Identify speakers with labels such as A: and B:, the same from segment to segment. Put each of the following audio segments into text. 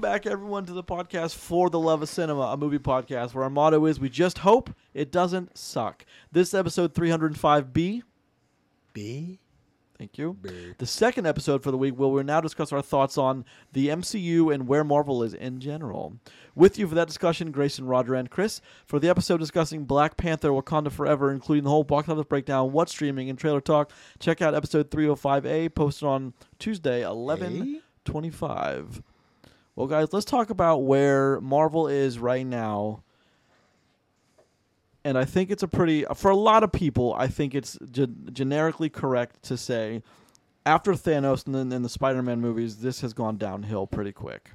A: back, everyone, to the podcast For the Love of Cinema, a movie podcast where our motto is we just hope it doesn't suck. This episode 305B.
B: B.
A: Thank you.
B: B.
A: The second episode for the week, where we'll now discuss our thoughts on the MCU and where Marvel is in general. With you for that discussion, Grayson, Roger, and Chris. For the episode discussing Black Panther, Wakanda Forever, including the whole box office breakdown, what's streaming, and trailer talk, check out episode 305A, posted on Tuesday, 11 25. Well, guys, let's talk about where Marvel is right now. And I think it's a pretty, for a lot of people, I think it's gen- generically correct to say after Thanos and then in the Spider Man movies, this has gone downhill pretty quick.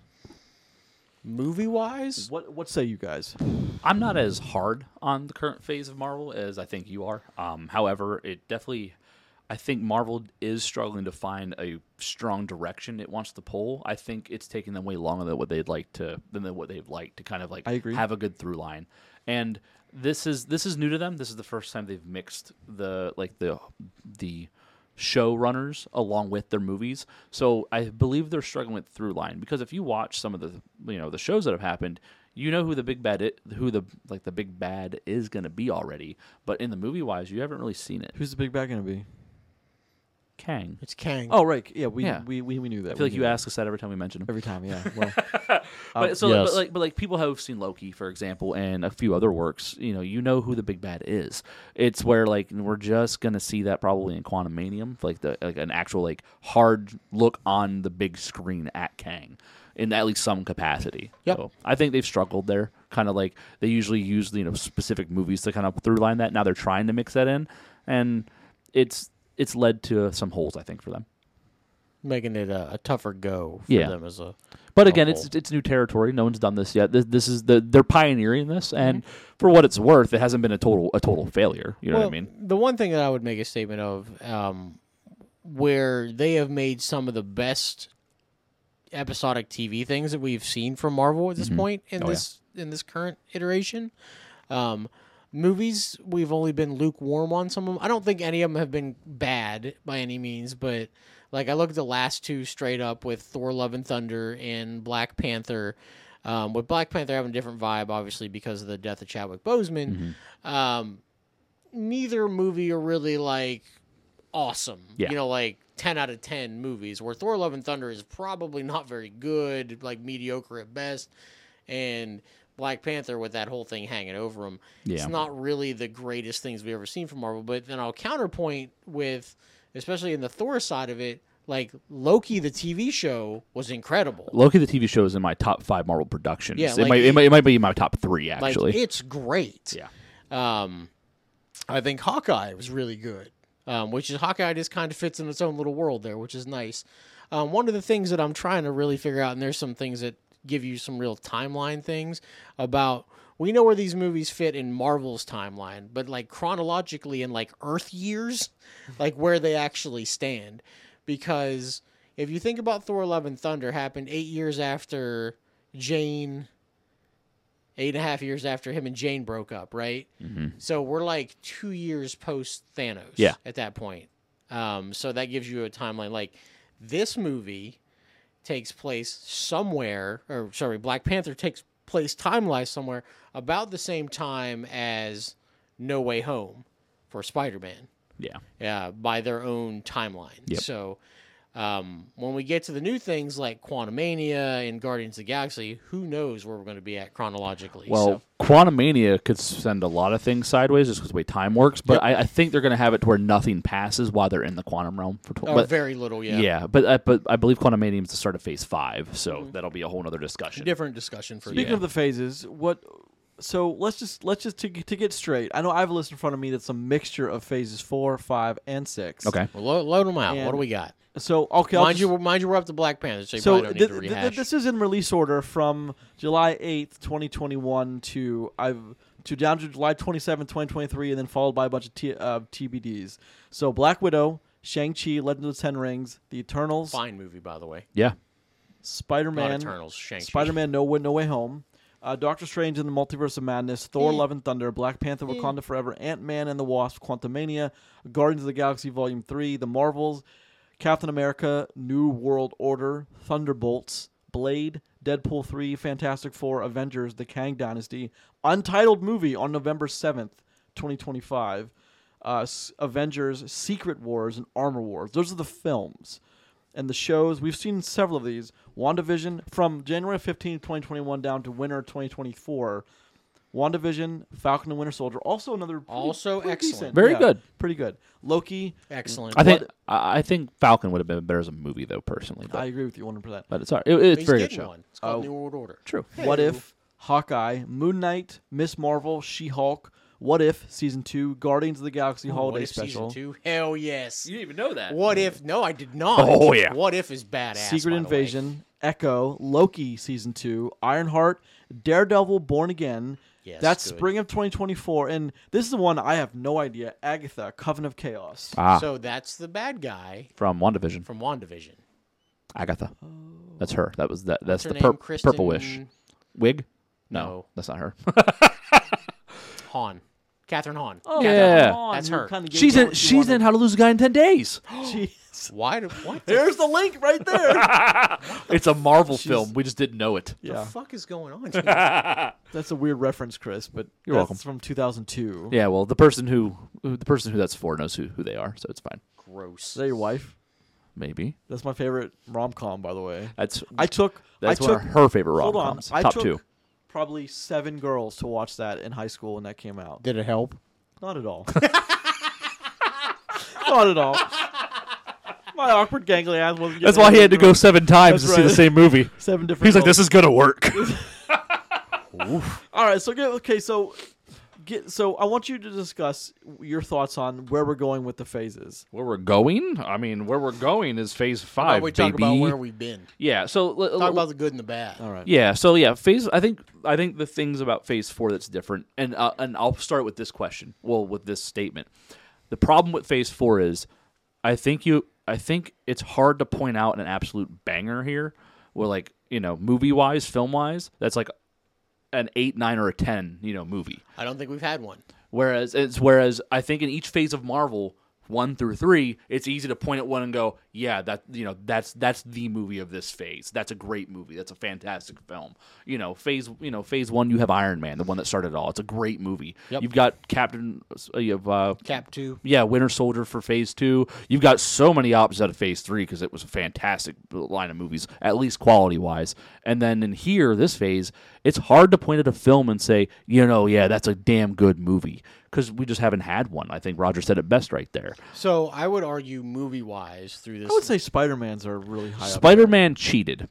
B: Movie wise,
A: What, what say you guys?
C: I'm not as hard on the current phase of Marvel as I think you are. Um, however, it definitely, I think Marvel is struggling to find a strong direction it wants to pull. I think it's taking them way longer than what they'd like to than they- what they'd like to kind of like
A: I agree.
C: have a good through line. And this is this is new to them. This is the first time they've mixed the like the the showrunners along with their movies. So I believe they're struggling with through line because if you watch some of the you know the shows that have happened, you know who the big bad it, who the like the big bad is going to be already. But in the movie wise, you haven't really seen it.
A: Who's the big bad going to be?
C: Kang.
B: it's Kang.
A: Oh, right. Yeah, we,
C: Yeah.
A: We, we, we knew that.
C: I feel
A: We
C: like
A: knew
C: you
A: that.
C: ask us that every time we mention him.
A: Every time, yeah. Well,
C: But so,
B: Uh, Yes.
C: but like, but like people have seen Loki, for example, and a few other works. You know, you know who the big bad is. It's where like we're just gonna see that probably in Quantum Manium, like the like an actual like hard look on the big screen at Kang, in at least some capacity.
B: Yep.
C: So I think they've struggled there. Kind of like they usually use you know specific movies to kind of through line that. Now they're trying to mix that in, and it's it's led to some holes I think for them.
B: Making it a, a tougher go for
C: Yeah.
B: them as a.
C: But again, it's
B: whole.
C: it's new territory. No one's done this yet. This, this is the they're pioneering this, and for what it's worth, it hasn't been a total a total failure. You know
B: well,
C: what I mean?
B: The one thing that I would make a statement of, um, where they have made some of the best episodic TV things that we've seen from Marvel at this point in
C: Oh, yeah.
B: this in this current iteration. Um, movies we've only been lukewarm on some of them. I don't think any of them have been bad by any means, but like I look at the last two straight up with Thor: Love and Thunder and Black Panther. Um, with Black Panther having a different vibe, obviously because of the death of Chadwick
C: Mm-hmm.
B: Boseman. Um, neither movie are really like awesome.
C: Yeah.
B: You know, like 10 out of 10 movies, where Thor Love and Thunder is probably not very good, like mediocre at best. And Black Panther with that whole thing hanging over him.
C: Yeah.
B: It's not really the greatest things we've ever seen from Marvel. But then I'll counterpoint with, especially in the Thor side of it, like Loki, the TV show, was incredible.
C: Loki the TV show is in my top five Marvel productions.
B: Yeah,
C: it,
B: like-
C: might, it might it might be in my top three
B: Like,
C: actually.
B: it's great.
C: yeah,
B: Um, I think Hawkeye was really good, um, which is Hawkeye just kind of fits in its own little world there, which is nice. Um, one of the things that I'm trying to really figure out, and there's some things that give you some real timeline things about. We know where these movies fit in Marvel's timeline, but like chronologically in like Earth years, like where they actually stand. Because if you think about Thor Love and Thunder happened eight years after Jane, eight and a half years after him and Jane broke up, right? So we're like two years post Thanos
C: Yeah.
B: at that point. Um, so that gives you a timeline. Like this movie takes place somewhere, or sorry, Black Panther takes place timeline somewhere about the same time as No Way Home for Spider Man
C: yeah.
B: uh, by their own timeline.
C: Yep.
B: So um, when we get to the new things like Quantumania and Guardians of the Galaxy, who knows where we're going to be at chronologically?
C: Well, Quantum Mania could send a lot of things sideways just because the way time works. But I, I think they're going to have it to where nothing passes while they're in the quantum realm for. Tw-
B: so, or
C: but,
B: Oh, very little, yeah.
C: yeah. but uh, but I believe Quantum Mania is the start of Phase Five, so
B: Mm-hmm.
C: that'll be a whole other discussion.
B: Different discussion for
A: Speaking
B: you.
A: of the phases, what? So let's just let's just to, to get straight. I know I have a list in front of me that's a mixture of phases four, five, and six.
C: Okay.
B: Well, lo- load them out.
A: And-
B: what do we got?
A: So okay, I'll
B: Mind
A: just-
B: you, mind you, we're up to Black Panther, so you
A: so
B: probably don't
A: th-
B: need to
A: th- th-
B: rehash.
A: this is in release order from July eighth, twenty twenty one to I've to down to July twenty seventh, twenty twenty three, and then followed by a bunch of t- uh, TBDs. So Black Widow, Shang Chi, Legend of the Ten Rings, The Eternals,
B: Fine movie, by the way.
C: Yeah.
A: Spider
B: Not
A: Man,
B: Eternals, Shang-Chi.
A: Spider Man No Way No Way Home, uh, Doctor Strange and the Multiverse of Madness, Thor Love and Thunder, Black Panther Wakanda Forever, Ant Man and the Wasp, Quantumania, Guardians of the Galaxy Volume 3, The Marvels, Captain America, New World Order, Thunderbolts, Blade, Deadpool 3, Fantastic Four, Avengers, The Kang Dynasty, untitled movie on November 7th, 2025, uh, S- Avengers, Secret Wars, and Armor Wars. Those are the films. And the shows, we've seen several of these. WandaVision, from January 15th, 2021 down to winter 2024. WandaVision, Falcon and Winter Soldier, also another pretty-
B: Also
A: pretty
B: excellent.
A: decent.
C: Very good.
A: Pretty good. Loki,
B: Excellent.
C: I think I I think Falcon would have been better as a movie though, personally. But,
A: I agree with you 100%.
C: but it's all right. It- it's
B: He's
C: very good
B: getting
C: show.
B: One. It's
A: Oh.
B: called New World Order.
C: True.
A: What if Hawkeye, Moon Knight, Miss Marvel, She Hulk, What If Season 2, Guardians of the Galaxy
B: what
A: Holiday
B: if
A: Special,
B: season two? Hell yes.
C: didn't even know that.
B: What if? No, I did not.
C: Oh, yeah.
B: What if is badass.
A: Secret
B: by the way.
A: Invasion, Echo, Loki Season 2, Ironheart, Daredevil Born Again?
B: Yes,
A: That's
B: good.
A: spring of 2024. And this is the one I have no idea Agatha, Coven of Chaos.
C: Ah,
B: So that's the bad guy
C: from WandaVision,
B: from WandaVision.
C: Agatha. That's her. That was that. That's
B: Her
C: the
B: name,
C: pur-
B: Kristen
C: purple wish wig. No,
B: No.
C: that's not her.
B: Hahn. Catherine Hahn.
A: Oh,
C: Yeah.
B: That's her.
C: she's in. She's in How to Lose a Guy in Ten Days.
A: Jeez.
B: Why? Do, what the,
A: There's the link right there.
C: It's a Marvel film. We just didn't know it.
B: the
A: yeah,
B: fuck is going on? here?
A: that's a weird reference, Chris, but
C: You're
A: that's
C: welcome.
A: from 2002.
C: Yeah. Well, the person who the person who that's for knows who who they are, so it's fine.
B: Gross.
A: Is that your wife?
C: Maybe
A: That's my favorite rom com, by the way.
C: that's
A: I took.
C: that's
A: I
C: one
A: took,
C: of her favorite rom
A: Hold on.
C: coms.
A: I
C: Top
A: took
C: two.
A: probably seven girls to watch that in high school when that came out.
B: Did it help?
A: Not at all. Not at all. My awkward gangly ass wasn't.
C: That's
A: getting
C: why he had to
A: anything
C: go
A: wrong.
C: seven times
A: That's
C: to see the
A: right.
C: same movie.
A: seven different.
C: He's like,
A: girls.
C: "This is gonna work."
A: All right, so get okay, so get so I want you to discuss your thoughts on where we're going with the phases.
C: where we're going? I mean, where we're going is Phase
B: Why
C: Five,
B: don't we
C: baby.
B: talk about where we've been?
C: yeah. So l-
B: Talk about the good and the bad.
A: All right.
C: Yeah. So yeah, phase. I think I think the things about phase four that's different, and uh, and I'll start with this question. Well, with this statement, the problem with phase four is, I think you, I think it's hard to point out an absolute banger here, where like you know, movie wise, film wise, that's like an eight, nine, or a ten, you know, movie.
B: I don't think we've had one.
C: Whereas it's whereas I think in each phase of Marvel, one through three, it's easy to point at one and go, yeah, that you know that's that's the movie of this phase. That's a great movie. That's a fantastic film. You know, phase you know phase one, you have Iron Man, the one that started it all. It's a great movie.
B: Yep.
C: You've got Captain, uh, you have uh,
B: Cap two.
C: yeah, Winter Soldier for Phase Two. You've got so many options out of Phase Three because it was a fantastic line of movies, at least quality wise. And then in here, this phase, it's hard to point at a film and say, you know, yeah, that's a damn good movie because we just haven't had one. I think Roger said it best right there.
B: So I would argue movie wise through this.
A: I would say Spider Man's are really high up.
C: Spider Man cheated.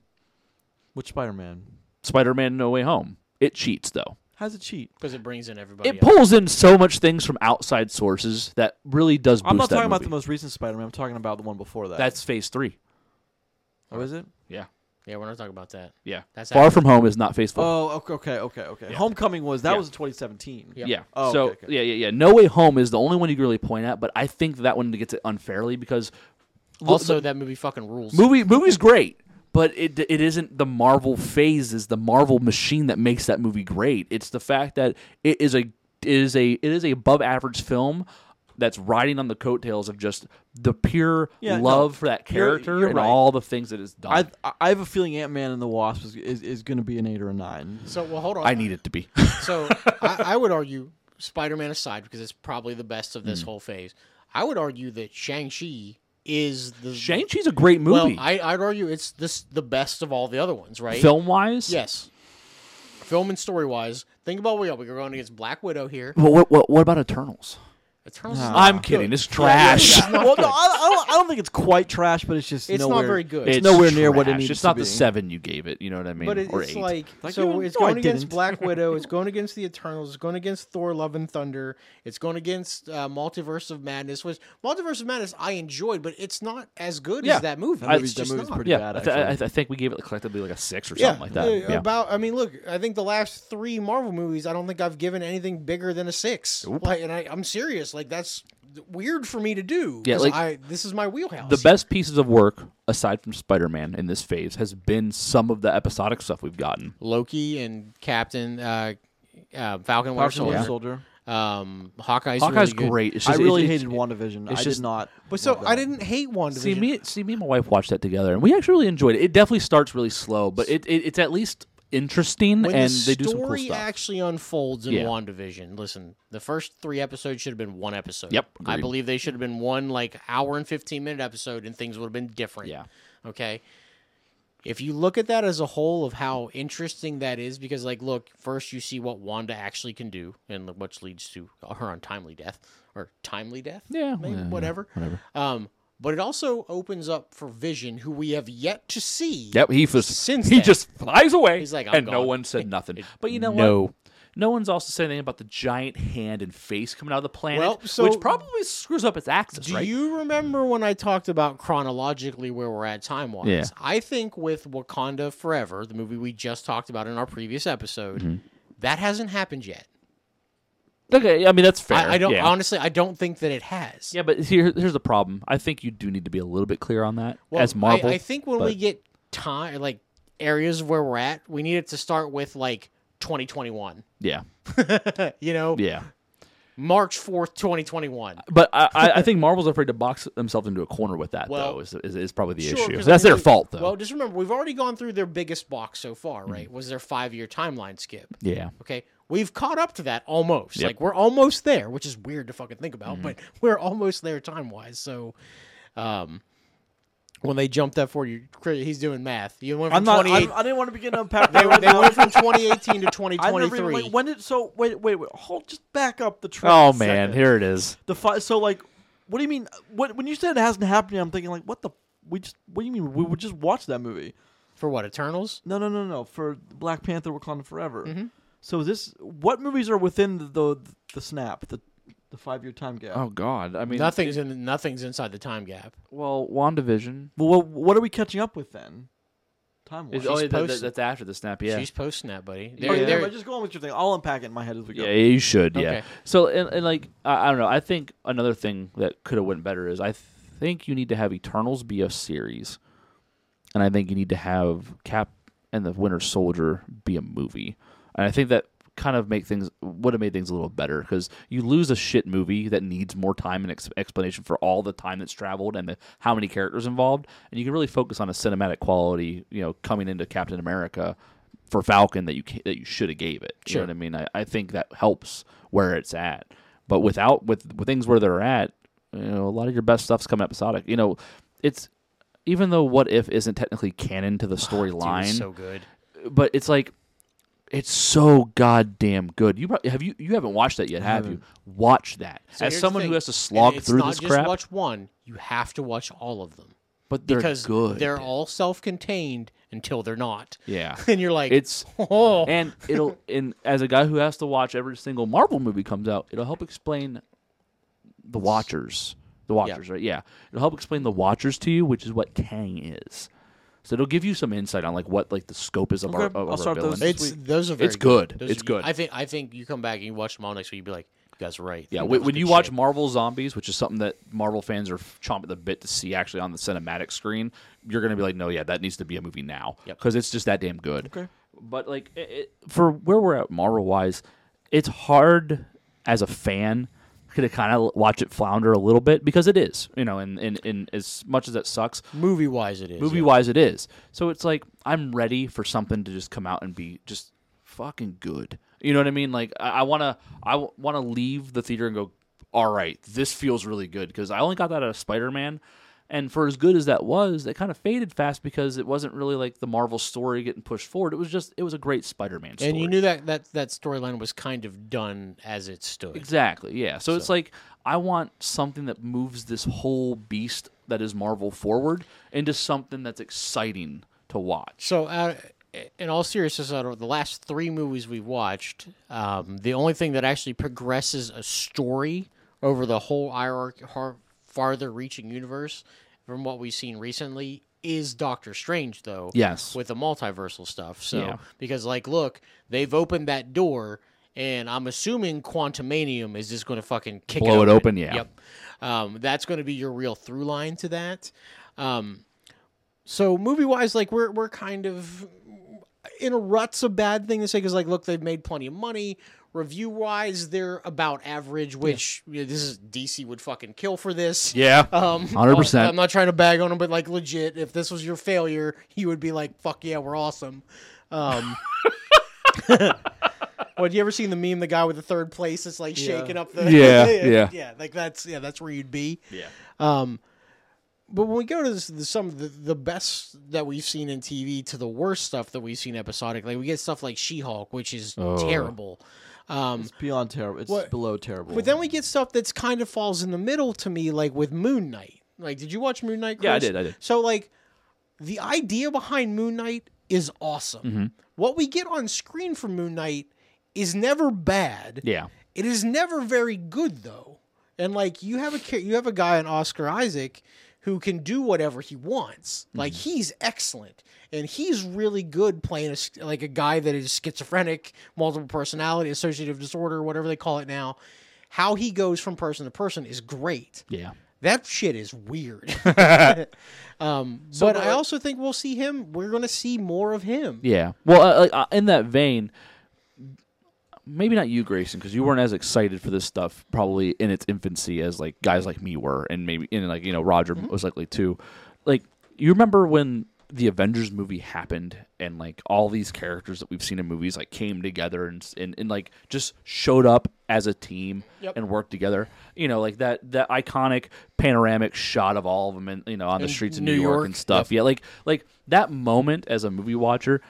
A: Which Spider Man?
C: Spider Man No Way Home. It cheats though.
A: How's it cheat?
B: because it brings in
A: Oh,
B: everybody.
C: It
B: else.
C: pulls in so much things from outside sources that really does boost
A: I'm not
C: that
A: talking about
C: movie.
A: the most recent Spider Man. I'm talking about the one before that.
C: That's Phase Three.
A: oh, is it?
C: Yeah,
B: Yeah, we're not talking about that.
C: yeah.
B: That's
C: Far
B: actually-
C: from Home is not Phase Four.
A: Oh, okay, okay, okay, okay. Homecoming was that
C: Yeah.
A: was in 2017.
B: Yeah.
C: Yeah.
A: Oh,
C: so
A: okay, okay.
C: yeah, yeah, yeah. No Way Home is the only one you can really point at, but I think that one gets it unfairly because l-
B: Also, that movie fucking rules.
C: the movie movie's great, but it it isn't the Marvel phase is the Marvel machine that makes that movie great. It's the fact that it is a it is a it is a above average film that's riding on the coattails of just the pure
A: Yeah, no,
C: love for that
A: you're-
C: character
A: you're
C: and
A: right.
C: all the things that it's done.
A: I
C: I,
A: I have a feeling Ant Man and the Wasp is is, is going to be an eight or a nine.
B: So well, hold on.
C: need it to be.
B: So I, I would argue Spider-Man aside because it's probably the best of
C: Hmm.
B: this whole phase. I would argue that Shang-Chi is the
C: Shang Chi's a great movie,
B: Well, I, I'd argue it's this the best of all the other ones, right?
C: film wise.
B: Yes. Film and story wise, think about what we are. We're going against Black Widow here.
C: But what, what what about Eternals?
B: Eternals
A: Uh,
B: is
C: I'm
B: not
C: kidding.
B: good.
C: It's
B: Yeah,
C: trash.
B: yeah, yeah.
A: well, no, I, I, don't, I don't think it's quite trash, but it's just
B: It's not
A: nowhere,
B: very good.
A: It's,
B: It's
A: nowhere near what it
C: trash.
A: needs
C: It's
A: to
C: not
A: be.
C: the seven you gave it. You know what I mean?
B: But it,
C: or
B: it's
C: eight.
B: like,
A: Like,
B: so
A: you-
B: it's
A: no, I
B: going against
A: didn't.
B: Black Widow, it's going against the Eternals, it's going against Thor: Love and Thunder, it's going against uh, Multiverse of Madness. Which Multiverse of Madness I enjoyed, but it's not as good
C: Yeah.
B: as that movie.
A: That movie's-
B: it's
A: that
B: just
A: movie's
B: not.
A: pretty
C: yeah,
A: bad,
C: I, th- I,
A: actually.
C: I think we gave it collectively like a six or
B: yeah,
C: something like that.
B: uh,
C: yeah.
B: About, I mean, look, I think the last three Marvel movies, I don't think I've given anything bigger than a six. Like, and I, I'm serious. Like, that's weird for me to do.
C: Yeah,
B: 'cause
C: like,
B: I, this is my wheelhouse.
C: the best pieces of work aside from Spider-Man in this phase has been some of the episodic stuff we've gotten.
B: Loki and Captain uh, uh, Falcon,
A: Power
B: Winter
A: Soldier.
B: Soldier.
A: Soldier.
B: Um, Hawkeye's
C: Hawkeye's
B: really good.
C: great. It's
A: I
C: just-
A: really
C: it's-
A: hated WandaVision. I
C: just-
A: did not.
B: But so
A: love that.
B: I didn't hate WandaVision.
C: See me, see me, and my wife watched that together, and we actually really enjoyed it. It definitely starts really slow, but it, it it's at least interesting,
B: when
C: and
B: the
C: they do some cool
B: story
C: stuff.
B: actually unfolds in
C: Yeah.
B: WandaVision, listen, the first three episodes should have been one episode.
C: Yep,
B: I
C: agreed.
B: believe they should have been one like hour and fifteen minute episode, and things would have been different.
C: Yeah.
B: Okay. If you look at that as a whole of how interesting that is, because like, look, first you see what Wanda actually can do, and which leads to her untimely death or timely death.
C: Yeah,
B: maybe,
C: yeah, yeah,
B: whatever.
C: whatever.
B: Um, but it also opens up for Vision, who we have yet to see.
C: Yep, he just
B: Since
C: he
B: then.
C: just flies away.
B: He's like, "I'm
C: and no
B: gone."
C: one said nothing. But you know
B: No.
C: what? No one's also said anything about the giant hand and face coming out of the planet,
B: Well, so-
C: which probably screws up its axis,
B: Do
C: right?
B: you remember when I talked about chronologically where we're at time wise?
C: Yeah.
B: I think with Wakanda Forever, the movie we just talked about in our previous episode,
C: Mm-hmm.
B: that hasn't happened yet.
C: okay, I mean that's fair.
B: I, I don't
C: Yeah,
B: honestly I don't think that it has.
C: yeah but here, here's the problem. I think you do need to be a little bit clear on that
B: Well,
C: as Marvel.
B: I, I think when
C: but-
B: we get time like areas where we're at, we need it to start with like 2021.
C: yeah,
B: you know,
C: yeah.
B: March 4th, 2021.
C: But I, I, I think Marvel's afraid to box themselves into a corner with that,
B: Well,
C: though. Is, is, is probably the
B: Sure,
C: issue.
B: 'cause
C: That's
B: I mean,
C: their
B: we-
C: fault, though. Mm-hmm.
B: Well, just remember we've already gone through their biggest box so far, right? Was their 5-year timeline skip.
C: yeah,
B: Okay. We've caught up to that almost.
C: Yep. Mm-hmm.
B: Like we're almost there, which is weird to fucking think about, but we're almost there time wise. So um when they jumped that for you, Chris, he's doing math. You went from
A: I'm not.
B: 28
A: I'm, I didn't want to begin to unpack.
B: they,
A: that
B: went- they
A: right
B: went
A: now.
B: from 2018 to
A: I never even-
B: 2023.
A: wait, when did so wait wait wait hold just back up the train.
C: Oh
A: a
C: man,
A: second.
C: here it is.
A: the fi- so like what do you mean what, when you said it hasn't happened? I'm thinking like what the we just what do you mean we would just watch that movie?
B: For what? Eternals?
A: No no no no for Black Panther Wakanda Forever.
B: Mm-hmm.
A: So this what movies are within the the, the snap the the five year time gap?
C: Oh God, I mean,
B: Nothing's in nothing's inside the time gap.
C: Well, Wandavision.
A: Well, what, what are we catching up with then? Time wise.
C: Is, oh,
B: She's
C: that, that-
B: posted.
C: that's after the snap. Yeah.
B: She's posting that, buddy.
A: Oh,
B: They're,
A: yeah,
B: they're-
A: but just going with your thing. I'll unpack it in my head as we go.
C: yeah, you should.
B: Okay.
C: Yeah. So and, and like I, I don't know. I think another thing that could have went better is I think you need to have Eternals be a series, and I think you need to have Cap and the Winter Soldier be a movie, and I think that kind of make things would have made things a little better because you lose a shit movie that needs more time and ex- explanation for all the time that's traveled and the, how many characters involved and you can really focus on a cinematic quality you know coming into captain america for falcon that you ca that you should have gave it you know
B: Sure.
C: what i mean I, I think that helps where it's at but without with, with things where they're at you know a lot of your best stuff's come episodic you know it's even though what if isn't technically canon to the
B: Oh, dude, it's
C: storyline
B: so good.
C: but it's like it's so goddamn good. You probably, have you you haven't watched that yet, have you? Watch that.
B: So here's
C: As
B: the
C: someone
B: thing,
C: who has to
B: and
C: slog
B: it's
C: through
B: not
C: this
B: just
C: crap,
B: watch one. You have to watch all of them.
C: but they're
B: because
C: good.
B: they're all self-contained until they're not.
C: yeah.
B: And you're like,
C: It's
B: oh,
C: and it'll and as a guy who has to watch every single Marvel movie comes out, it'll help explain the Watchers. The Watchers, right? Yeah. It'll help explain the Watchers to you, which is what Kang is. So it'll give you some insight on like what like the scope is of our,
A: Okay,
C: of
A: I'll
C: our
A: start
C: villain.
A: those.
B: it's
A: sweet.
B: those are very
C: It's good.
B: Those
C: It's
B: are-
C: good.
B: I think I think you come back and you watch them all next week. You'd be like, you guys are right.
C: Yeah,
B: That
C: when,
B: was
C: when
B: good
C: you watch
B: shit.
C: Marvel Zombies, which is something that Marvel fans are f- chomping at the bit to see actually on the cinematic screen, you're going to be like, no, yeah, that needs to be a movie now
B: Yep.
C: because it's just that damn good.
A: Okay.
C: But like it, it, for where we're at Marvel wise, it's hard as a fan to kind of watch it flounder a little bit because it is, you know, and, and, and as much as that sucks,
B: movie wise, it is
C: movie
B: yeah.
C: wise it is so it's like i'm ready for something to just come out and be just fucking good you know what i mean like i, I want to i w- want to leave the theater and go all right this feels really good because i only got that out of spider-man and for as good as that was it kind of faded fast because it wasn't really like the marvel story getting pushed forward it was just it was a great spider-man story
B: And you knew that that that storyline was kind of done as it stood.
C: Exactly. Yeah. So, it's like I want something that moves this whole beast that is Marvel forward into something that's exciting to watch.
B: So, uh, in all seriousness, out of the last three movies we've watched, um, the only thing that actually progresses a story over the whole hierarchy, har- farther-reaching universe, from what we've seen recently, is Doctor Strange, though.
C: Yes.
B: With the multiversal stuff, so
C: Yeah.
B: because like, look, they've opened that door. And I'm assuming Quantumanium is just going to fucking kick
C: Blow
B: it
C: it open, yeah.
B: Yep. Um, that's going to be your real through line to that. Um, so movie wise, like we're we're kind of in a rut's a bad thing to say because like look they've made plenty of money review wise they're about average which you know, this is dc would fucking kill for this
C: Yeah.
B: um
C: 100%.
B: i'm not trying to bag on them but like legit if this was your failure you would be like fuck yeah we're awesome um What you ever seen the meme? The guy with the third place that's like
A: Yeah.
B: shaking up the
C: Yeah, yeah.
B: yeah like that's yeah that's where you'd be.
C: yeah.
B: Um, but when we go to this, the, some of the, the best that we've seen in TV to the worst stuff that we've seen episodically, we get stuff like She-Hulk, which is
C: Oh.
B: terrible. Um,
A: It's beyond terrible. It's
B: What-
A: below terrible.
B: but then we get stuff that's kind of falls in the middle to me, like with Moon Knight. Like, did you watch Moon Knight?
C: Yeah, I
B: Chris?
C: did, I did.
B: So like, the idea behind Moon Knight is awesome.
C: Mm-hmm.
B: What we get on screen for Moon Knight is never bad.
C: Yeah.
B: It is never very good though. And like you have a cha- you have a guy in Oscar Isaac who can do whatever he wants. Like he's excellent and he's really good playing a, sch- like a guy that is schizophrenic, multiple personality, associative disorder, whatever they call it now. How he goes from person to person is great.
C: Yeah.
B: That shit is weird. um, but I also think we'll see him. We're going to see more of him.
C: Yeah. Well, uh, like, uh, in that vein, maybe not you, Grayson, because you weren't as excited for this stuff probably in its infancy as like guys like me were, and maybe and like you know Roger
B: Mm-hmm.
C: was likely too. Like you remember when the Avengers movie happened, and like all these characters that we've seen in movies like came together and s- and, and like just showed up as a team
B: Yep.
C: and worked together. You know, like that that iconic panoramic shot of all of them, and you know on the
B: In
C: streets of
B: New
C: New, York,
B: York,
C: and stuff. Yeah, like like that moment as a movie watcher,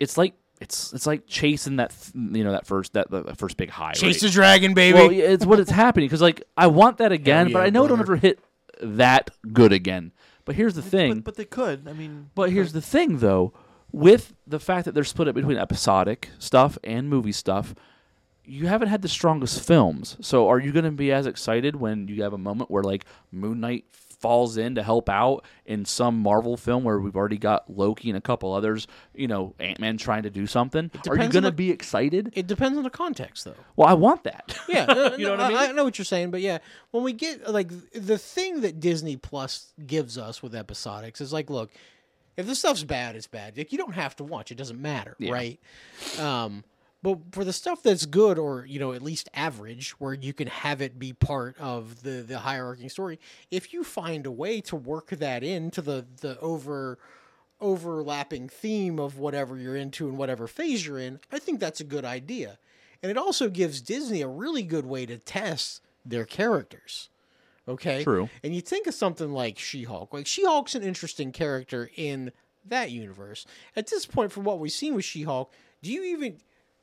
C: it's like it's it's like chasing that th- you know that first that, that first big high.
B: Chase
C: right?
B: the dragon, baby.
C: Well, yeah, it's what it's happening because like I want that again,
B: Hell
C: but
B: yeah,
C: I know it'll
B: brother.
C: never hit that good again. But here's the thing.
A: but, but they could. I mean,
C: But here's the thing, though, with the fact that they're split up between episodic stuff and movie stuff, you haven't had the strongest films. So are you going to be as excited when you have a moment where like Moon Knight falls in to help out in some Marvel film where we've already got Loki and a couple others, you know, Ant Man trying to do something? Are you
B: depends on
C: going to
B: the-
C: be excited?
B: it depends on the context, though.
C: Well, I want that.
B: Yeah,
C: You know what I mean?
B: I know what you're saying, but yeah, when we get like th- the thing that Disney Plus gives us with episodics is like, look, if this stuff's bad, it's bad. Like you don't have to watch; it doesn't matter, right? Um, but for the stuff that's good, or you know, at least average, where you can have it be part of the the hierarchy story, if you find a way to work that into the the over overlapping theme of whatever you're into and whatever phase you're in, I think that's a good idea. And it also gives Disney a really good way to test their characters. Okay.
C: True.
B: And you think of something like She Hulk. Like, She Hulk's an interesting character in that universe. At this point, from what we've seen with She Hulk, do you even.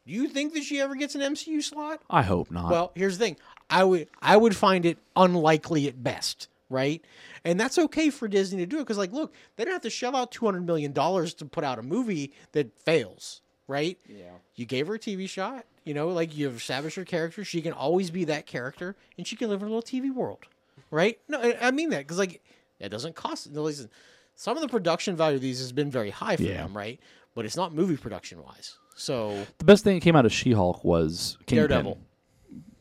B: Do you think that she ever gets an MCU slot?
C: I hope not.
B: Well, here's the thing. I would I would find it unlikely at best, right? And that's okay for Disney to do it because, like, look, they don't have to shell out two hundred million dollars to put out a movie that fails, right? Yeah. You gave her a TV shot. You know, like you've established her character. She can always be that character, and she can live in a little TV world, right? No, I- I mean that because like that doesn't cost. No, listen, some of the production value of these has been very high for
C: Yeah.
B: them, right? But it's not movie production wise. So
C: the best thing that came out of She Hulk was Kingpin.
B: Daredevil.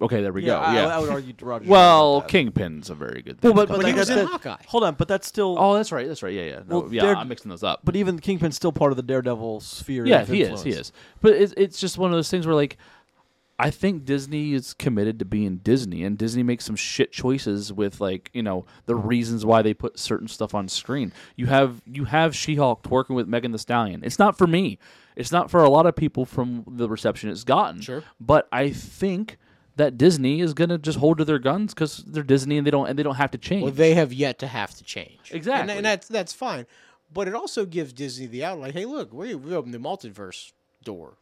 C: Okay, there we
A: yeah,
C: go.
A: I,
C: Yeah.
A: I would argue Roger.
C: well,
A: Deakins.
C: Kingpin's a very good thing.
A: Well, but, but,
B: he
A: that-
B: was in
A: that-
B: Hawkeye.
A: Hold on, but that's still.
C: Oh, that's right. That's right. Yeah, yeah. No,
A: Well,
C: yeah,
A: they're-
C: I'm mixing those up.
A: But even Kingpin's still part of the Daredevil sphere.
C: yeah,
A: of
C: he is. He
A: influence.
C: is. But it's, it's just one of those things where, like, I think Disney is committed to being Disney, and Disney makes some shit choices with, like, you know, the reasons why they put certain stuff on screen. You have you have She-Hulk twerking with Megan the Stallion. It's not for me. It's not for a lot of people from the reception it's gotten.
B: Sure.
C: But I think that Disney is gonna just hold to their guns because they're Disney and they don't and they don't have to change.
B: Well, they have yet to have to change. And-
C: Exactly.
B: and, that's that's fine. But it also gives Disney the out, like, hey, look, we we opened the multiverse door.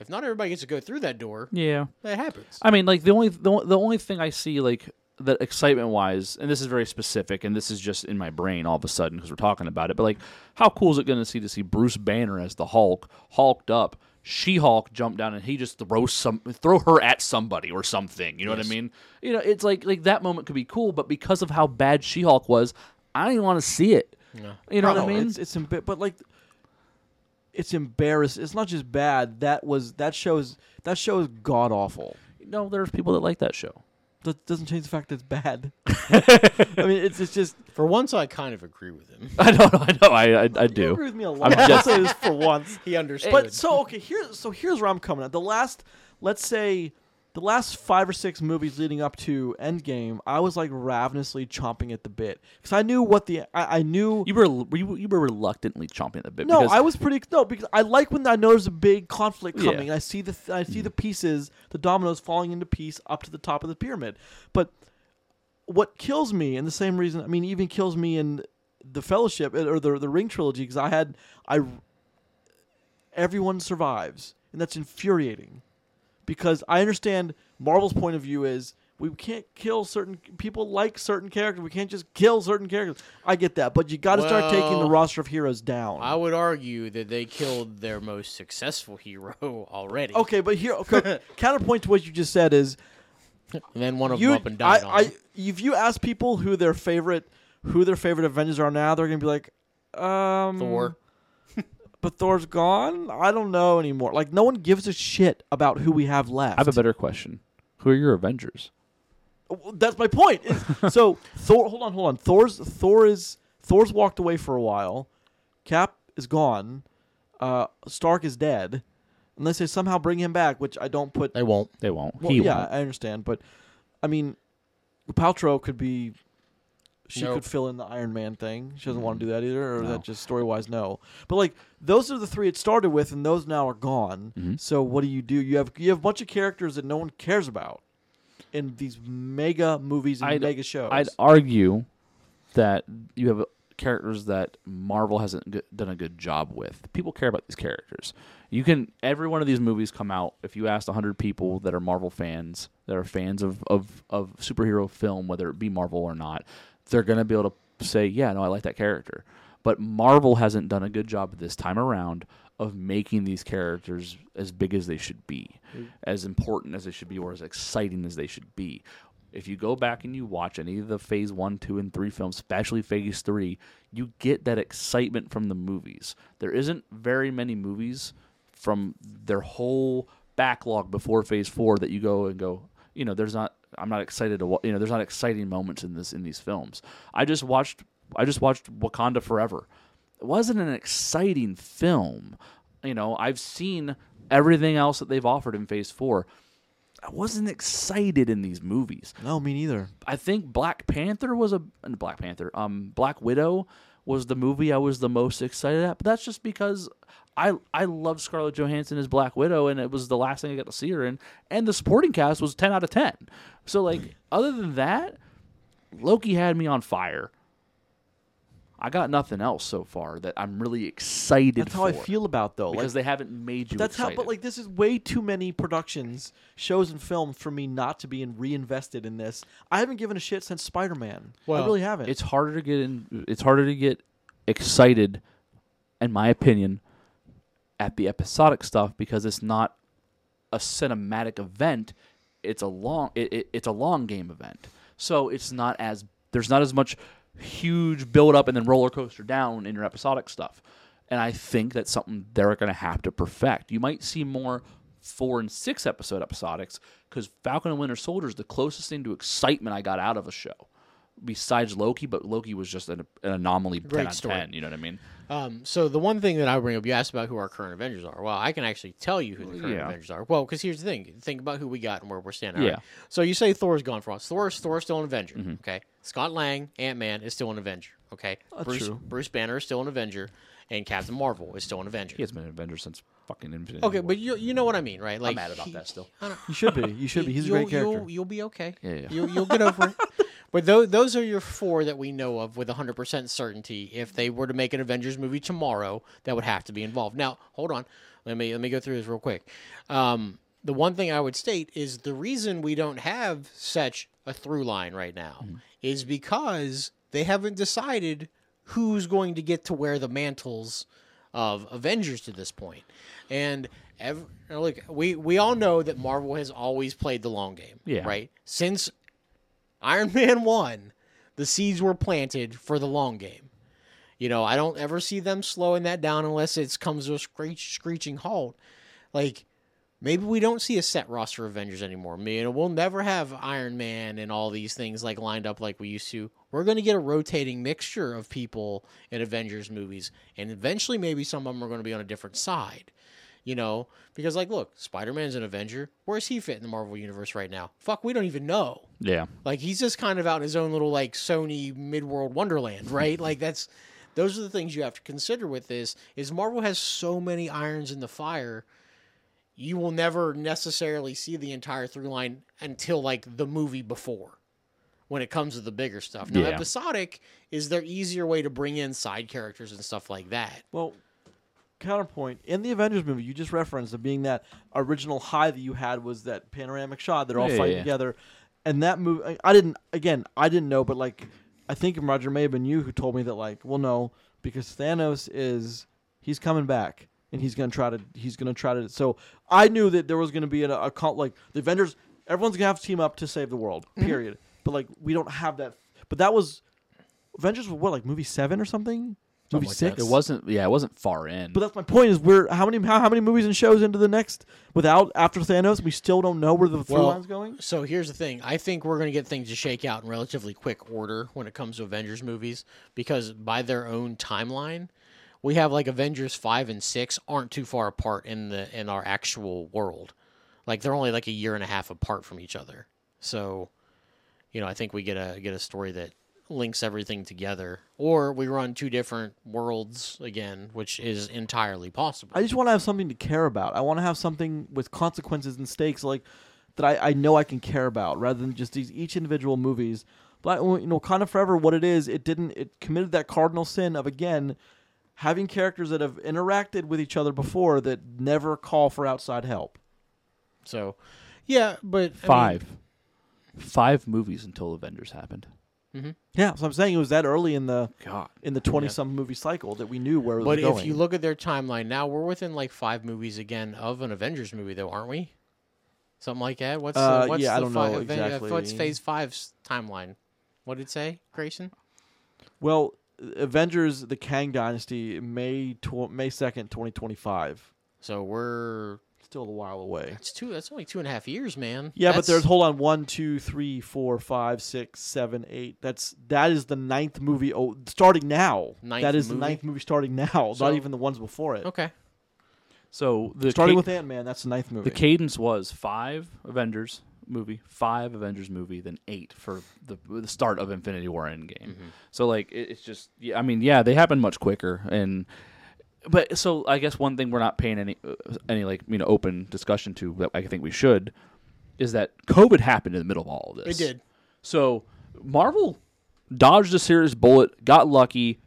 B: If not everybody gets to go through that door,
C: yeah.
B: that happens.
C: I mean, like the only the, o- the only thing I see like that excitement wise, and this is very specific, and this is just in my brain all of a sudden because we're talking about it. But like, how cool is it going to see to see Bruce Banner as the Hulk, hulked up? She Hulk jump down and he just throws some throw her at somebody or something. You know what I mean? You know, it's like like that moment could be cool, but because of how bad She Hulk was, I didn't want to see it. You know
A: No,
C: what I mean?
A: It's, it's emba- but like, it's embarrassing. It's not just bad. That was that shows that show is god awful.
C: no, there's people that like that show.
A: That doesn't change the fact that it's bad. I mean, it's, it's just.
B: For once, I kind of agree with him.
C: I don't know. I know. I I, I
A: You
C: do.
A: agree with me a lot.
C: I'm just-
A: I'll say this for once.
B: He understood.
A: But so okay, here's so here's where I'm coming at. The last, let's say, the last five or six movies leading up to Endgame, I was like ravenously chomping at the bit because I knew what the I, I knew.
C: You were you, were- you were reluctantly chomping at the bit.
A: no,
C: because
A: I was pretty no because I like when I know there's a big conflict
C: Yeah.
A: coming. And I see the th- I see the pieces, the dominoes falling into piece up to the top of the pyramid. But what kills me, and the same reason, I mean, even kills me in the Fellowship uh, or the the Ring trilogy, because I had I everyone survives, and that's infuriating, because I understand Marvel's point of view is we can't kill certain people like certain characters. We can't just kill certain characters. I get that, but you got to start taking the
B: Well,
A: roster of heroes down.
B: I would argue that they killed their most successful hero already.
A: okay, but here okay, counterpoint to what you just said is
B: And then one of
A: you,
B: them up and died
A: I,
B: on
A: I,
B: it.
A: if you ask people who their favorite who their favorite Avengers are now, they're gonna be like, um,
B: Thor.
A: But Thor's gone. I don't know anymore. Like no one gives a shit about who we have left.
C: I have a better question. Who are your Avengers?
A: Well, That's my point. Is- so Thor, hold on, hold on. Thor's Thor is Thor's walked away for a while. Cap is gone. Uh, Stark is dead, unless they somehow bring him back, which I don't put.
B: They won't.
C: They won't.
A: Well,
C: he
A: yeah,
C: won't.
A: I understand, but I mean, Paltrow could be. She
B: Nope.
A: could fill in the Iron Man thing. She doesn't want to do that either, or
C: No.
A: that just story wise, no. But like those are the three it started with, and those now are gone. So what do you do? You have you have a bunch of characters that no one cares about in these mega movies and
C: I'd-
A: mega shows.
C: I'd argue that you have characters that Marvel hasn't g- done a good job with. People care about these characters. You can every one of these movies come out. If you asked hundred people that are Marvel fans, that are fans of, of of superhero film, whether it be Marvel or not, they're gonna be able to say, "Yeah, no, I like that character." But Marvel hasn't done a good job this time around of making these characters as big as they should be, as important as they should be, or as exciting as they should be if you go back and you watch any of the phase one, two, and three films, especially phase three, you get that excitement from the movies. There isn't very many movies from their whole backlog before phase four that you go and go, you know, there's not, I'm not excited to, wa- you know, there's not exciting moments in this, in these films. I just watched, I just watched Wakanda Forever. It wasn't an exciting film. You know, I've seen everything else that they've offered in phase four. I wasn't excited in these movies.
A: no, me neither.
C: I think Black Panther was a Black Panther. Um, Black Widow was the movie I was the most excited at. But that's just because I I love Scarlett Johansson as Black Widow, and it was the last thing I got to see her in. And the supporting cast was ten out of ten. So like, other than that, Loki had me on fire. I got nothing else so far that I'm really excited.
A: That's how I
C: for,
A: feel about though. Like
C: because they haven't made you.
A: that's how.
C: excited.
A: But like this is way too many productions, shows, and films for me not to be in, reinvested in this. I haven't given a shit since Spider Man. I
B: Well,
A: really haven't.
C: it's harder to get in it's harder to get excited in my opinion at the episodic stuff because it's not a cinematic event it's a long it, it, it's a long game event so it's not as there's not as much huge build up and then roller coaster down in your episodic stuff and i think that's something they're going to have to perfect you might see more four and six episode episodics because falcon and winter soldier is the closest thing to excitement i got out of a show besides Loki, but Loki was just an, an anomaly
B: Great
C: 10 out of
B: story.
C: 10. You know what I mean?
B: Um, so the one thing that I bring up, you asked about who our current Avengers are. Well, I can actually tell you who the current
C: yeah.
B: Avengers are. Well, because here's the thing: think about who we got and where we're standing.
C: Yeah. Mm-hmm.
B: Yeah. So you say Thor's gone for us. Thor's Thor's still an Avenger. Okay. Scott Lang, Ant Man is still an Avenger. Okay.
C: Oh,
B: Bruce
A: true.
B: Bruce Banner is still an Avenger, and Captain Marvel is still an Avenger.
C: He has been an Avenger since fucking Infinity.
B: Okay,
C: War.
B: but you you know what I mean, right? Like
C: mad about that still.
B: I don't-
A: you should be. You should be. He's a
B: you'll,
A: great character.
B: You'll, you'll be okay.
C: Yeah, yeah.
B: You'll, you'll get over it. But those, those are your four that we know of with 100% certainty. If they were to make an Avengers movie tomorrow, that would have to be involved. Now, hold on. Let me let me go through this real quick. Um, the one thing I would state is the reason we don't have such a through line right now
C: Mm-hmm.
B: is because they haven't decided who's going to get to wear the mantles of Avengers to this point. And ev look, we we all know that Marvel has always played the long game,
C: Yeah.
B: right? Since Iron Man 1, the seeds were planted for the long game. You know, I don't ever see them slowing that down unless it comes to a screech, screeching halt. Like Maybe we don't see a set roster of Avengers anymore. Me and we'll never have Iron Man and all these things like lined up like we used to. We're going to get a rotating mixture of people in Avengers movies, and eventually, maybe some of them are going to be on a different side. You know, because like, look, Spider Man's an Avenger. Where's he fit in the Marvel universe right now? Fuck, we don't even know.
C: Yeah.
B: Like he's just kind of out in his own little like Sony mid-world wonderland, right? like that's those are the things you have to consider with this is Marvel has so many irons in the fire. You will never necessarily see the entire through line until like the movie before when it comes to the bigger stuff. Now
C: Yeah.
B: episodic is their easier way to bring in side characters and stuff like that.
A: Well, counterpoint in the Avengers movie, you just referenced it being that original high that you had was that panoramic shot. They're all
C: Yeah, yeah,
A: fighting
C: yeah.
A: together, and that movie. I- I didn't. Again, I didn't know, but like, I think Roger may have been you who told me that. Like, well, no, because Thanos is he's coming back. And he's gonna try to. He's gonna try to. So I knew that there was gonna be a, a cult like the Avengers. Everyone's gonna have to team up to save the world. Period. But like we don't have that. But that was Avengers. were What like movie seven or something? Movie
B: like that.
A: six.
C: It wasn't. Yeah, it wasn't far in.
A: But that's my point. Is we're how many how, how many movies and shows into the next without after Thanos, we still don't know where the through
B: Well,
A: line's going.
B: So here's the thing. I think we're going to get things to shake out in relatively quick order when it comes to Avengers movies because by their own timeline, we have like Avengers 5 and 6 aren't too far apart in the in our actual world. Like they're only like a year and a half apart from each other. So, you know, I think we get a get a story that links everything together or we run two different worlds again, which is entirely possible.
A: I just want to have something to care about. I want to have something with consequences and stakes, like that I, I know I can care about, rather than just these each individual movies. But you know, kind of forever, what it is, it didn't. It committed that cardinal sin of again having characters that have interacted with each other before that never call for outside help.
B: so, yeah, but I mean,
C: five, five movies until Avengers happened.
A: Yeah, so I'm saying it was that early in the
C: God.
A: in the twenty some movie cycle that we knew where it was
B: But
A: going.
B: if you look at their timeline now, we're within like five movies again of an Avengers movie, though, aren't we? Something like that. What's
A: Uh,
B: the, what's
A: yeah, I
B: the
A: don't
B: fi-
A: know
B: Aven- uh,
A: exactly.
B: What's Phase Five's timeline? What did it say, Grayson?
A: Well, Avengers: The Kang Dynasty, May tw- May second, twenty twenty five.
B: So we're
A: Still a while away.
B: that's two. That's only two and a half years, man.
A: Yeah, but
B: That's-
A: there's hold on one, two, three, four, five, six, seven, eight. That's that is the ninth movie. Oh, starting now.
B: Ninth
A: that is the
B: movie?
A: ninth movie starting now.
B: So-
A: not even the ones before it.
B: okay.
C: So the
A: Starting
C: ca-
A: with Ant Man. That's the ninth movie.
C: the cadence was five Avengers movie, five Avengers movie, then eight for the, the start of Infinity War Endgame.
B: Mm-hmm.
C: So like it, it's just yeah, I mean yeah, they happen much quicker and but so I guess one thing we're not paying any uh, any like you know open discussion to that I think we should is that COVID happened in the middle of all of
B: It
C: this.
B: did.
C: So Marvel dodged a serious bullet, got lucky,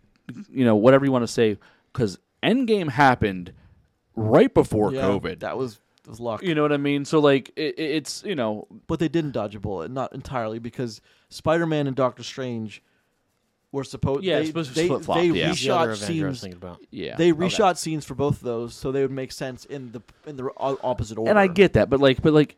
C: you know, whatever you want to say, because Endgame happened right before
A: Yeah,
C: COVID.
A: That was that was luck.
C: You know what I mean? So like it, it- it's you know
A: But they didn't dodge a bullet, not entirely, because Spider Man and Doctor Strange were supposed.
C: Yeah,
A: they,
C: it's supposed to
A: they,
C: flip-flop,
A: they
C: yeah.
B: Who's the other
A: reshot
B: Avenger I was
A: scenes
B: thinking about?
C: yeah
A: They
C: okay.
A: reshot scenes for both of those, so they would make sense in the in the o- opposite order.
C: and I get that, but like but like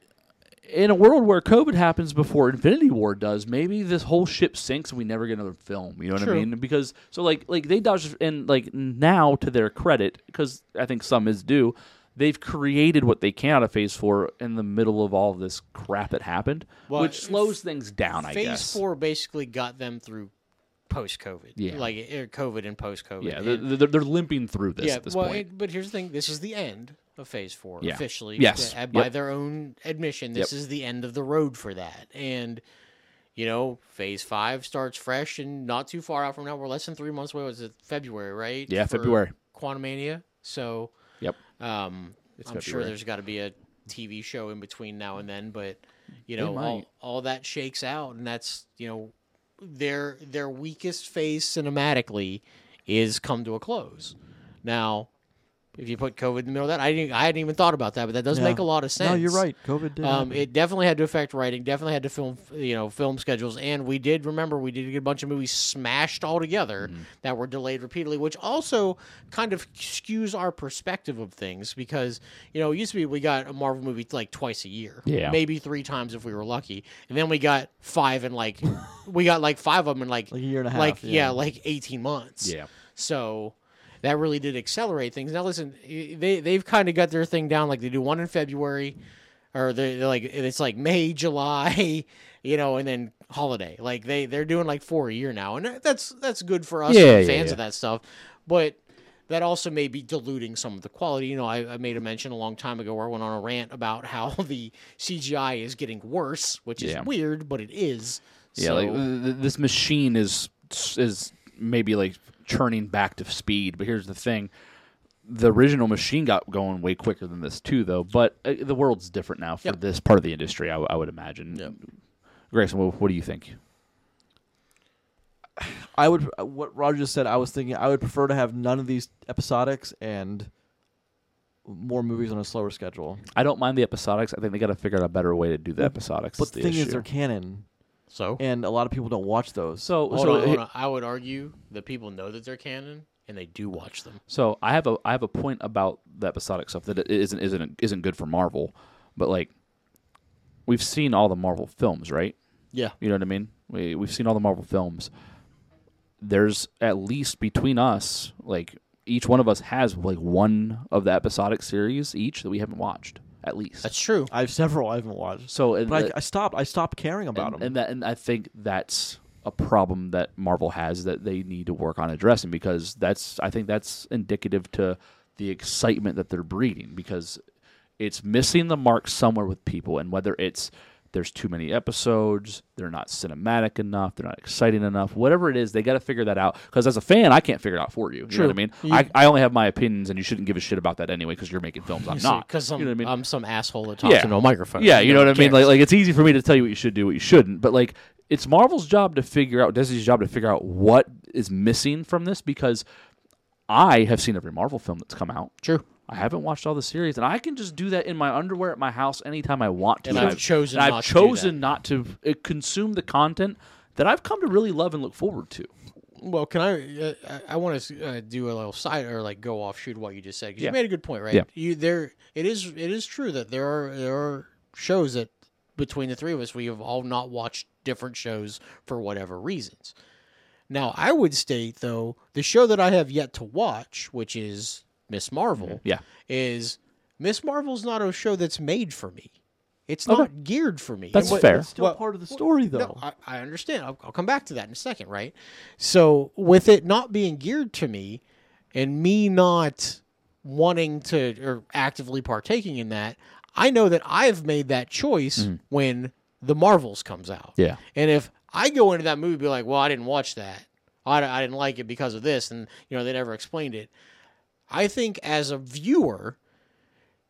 C: in a world where COVID happens before Infinity War does, maybe this whole ship sinks and we never get another film. You know what
B: True.
C: I mean? Because so like like they dodged and like now to their credit, because I think some is due. They've created what they can out of Phase Four in the middle of all this crap that happened,
B: Well,
C: which slows things down. I
B: Phase
C: guess.
B: Four basically got them through post COVID.
C: Yeah.
B: like er, COVID and post COVID.
C: yeah, they're, they're, they're limping through this at this
B: well,
C: point.
B: it- but here's the thing: this is the end of Phase Four
C: Yeah.
B: officially.
C: Yes.
B: Uh, by
C: Yep.
B: their own admission, this is the end of the road for that. And you know, Phase Five starts fresh and not too far out from now. We're less than three months away. Was it February? Right?
C: Yeah,
B: for
C: February.
B: Quantumania. So
C: yep.
B: um, I'm sure
C: February.
B: there's got to be a TV show in between now and then, but you
C: They
B: know, all,
C: might.
B: all that shakes out, and that's you know, their their weakest phase cinematically is come to a close. Now, if you put COVID in the middle of that, I didn't I hadn't even thought about that, but that does
A: Yeah.
B: make a lot of sense.
A: No, you're right. COVID did.
B: Um,
A: happen.
B: it definitely had to affect writing. Definitely had to film, you know, film schedules. And we did remember we did get a bunch of movies smashed all together that were delayed repeatedly, which also kind of skews our perspective of things because you know it used to be we got a Marvel movie like twice a year,
C: Yeah.
B: maybe three times if we were lucky, and then we got five and like we got like five of them in like
A: Like a year and a half,
B: like
A: yeah.
B: yeah, like eighteen months.
C: Yeah.
B: So that really did accelerate things. Now listen, y- they they've kind of got their thing down. Like they do one in February, or they're, they're like it's like May, July, you know, and then holiday. Like they they're doing like four a year now, and that- that's that's good for us
C: Yeah,
B: and
C: yeah,
B: fans
C: yeah.
B: of that stuff. But that also may be diluting some of the quality. You know, I, I made a mention a long time ago where I went on a rant about how the CGI is getting worse, which is
C: Yeah.
B: weird, but it is.
C: Yeah,
B: So-
C: like uh, th- th- this machine is is maybe like churning back to speed, but here's the thing: the original machine got going way quicker than this too, though. But uh, the world's different now for
B: Yep.
C: this part of the industry, I, w- I would imagine.
B: Yep.
C: Grayson, what, what do you think?
A: I would uh, what Roger just said. I was thinking I would prefer to have none of these episodics and more movies on a slower schedule.
C: I don't mind the episodics. I think they got to figure out a better way to do the episodics.
A: But
C: is
A: the thing is,
C: issue.
A: they're canon,
B: so
A: and a lot of people don't watch those.
C: so
B: Hold
C: so
B: on,
C: he-
B: hold on. I would argue that people know that they're canon and they do watch them.
C: So I have a I have a point about the episodic stuff that it isn't isn't isn't good for Marvel, but like we've seen all the Marvel films, right?
B: Yeah.
C: You know what I mean? We we've seen all the Marvel films. There's at least between us, like each one of us has like one of the episodic series each that we haven't watched at least.
B: That's true.
A: I have several I haven't watched.
C: so and
A: But
C: that-
A: I, I stopped. I stopped caring about
C: and,
A: them.
C: and that and I think that's a problem that Marvel has that they need to work on addressing because that's I think that's indicative to the excitement that they're breeding because it's missing the mark somewhere with people and whether it's there's too many episodes, they're not cinematic enough, they're not exciting enough, whatever it is, they got to figure that out because as a fan, I can't figure it out for you. You know what I mean? I, I only have my opinions and you shouldn't give a shit about that anyway because you're making films. I'm not.
B: because I'm,
C: you know what I mean?
B: I'm some asshole that talks
C: Yeah.
B: into a microphone.
C: Yeah, you know what I mean.
B: cares?
C: Like, like it's easy for me to tell you what you should do, what you shouldn't, but like it's Marvel's job to figure out, Disney's job to figure out what is missing from this because I have seen every Marvel film that's come out.
B: true.
C: I haven't watched all the series, and I can just do that in my underwear at my house anytime I want to.
B: And I've chosen
C: and I've
B: not to do that.
C: chosen not to uh, consume the content that I've come to really love and look forward to.
B: Well, can I? Uh, I- I want to uh, do a little side or like go off shoot what you just said because
C: Yeah.
B: you made a good point, right?
C: Yeah.
B: You there? It is. It is true that there are there are shows that between the three of us we have all not watched different shows for whatever reasons. Now, I would state though the show that I have yet to watch, which is Miss Marvel,
C: Mm-hmm. Yeah,
B: is Miss Marvel's not a show that's made for me. It's
C: Okay.
B: not geared for me.
C: That's
B: And what-
C: fair.
A: It's still
B: Well,
A: part of the story, though.
B: no, I, I understand. I'll, I'll come back to that in a second, right? So, with it not being geared to me and me not wanting to or actively partaking in that, I know that I've made that choice when The Marvels comes out.
C: yeah.
B: And if I go into that movie and be like, well, I didn't watch that. I, I didn't like it because of this. And, you know, they never explained it. I think as a viewer,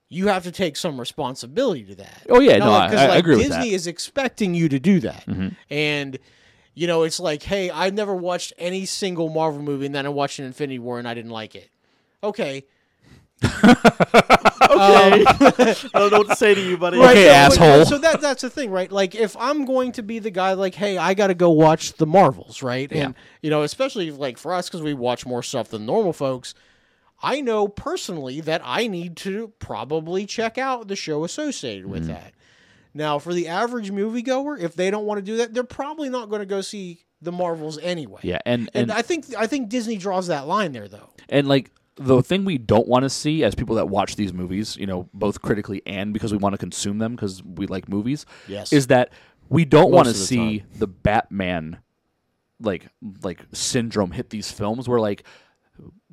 B: you have to take some responsibility to that.
C: Oh, yeah, no, I-
B: because,
C: I- I agree with
B: Disney
C: that. Mm-hmm.
B: is expecting you to do that. And, you know, it's like, hey, I never watched any single Marvel movie and then I watched an Infinity War and I didn't like it. Okay. Um,
A: I don't know what to say to you, buddy.
B: Right,
C: Okay,
B: no, but-
C: asshole.
B: So that that's the thing, right? Like if I'm going to be the guy, like, hey, I got to go watch the Marvels, right? And you know, especially like for us because we watch more stuff than normal folks. I know personally that I need to probably check out the show associated with
C: Mm-hmm.
B: that. Now, for the average moviegoer, if they don't want to do that, they're probably not going to go see the Marvels anyway.
C: Yeah, and,
B: And, I think I think Disney draws that line there, though.
C: And like the thing we don't want to see as people that watch these movies, you know, both critically and because we want to consume them because we like movies,
B: Yes.
C: is that we don't want to
A: of the
C: see the Batman like like syndrome hit these films where like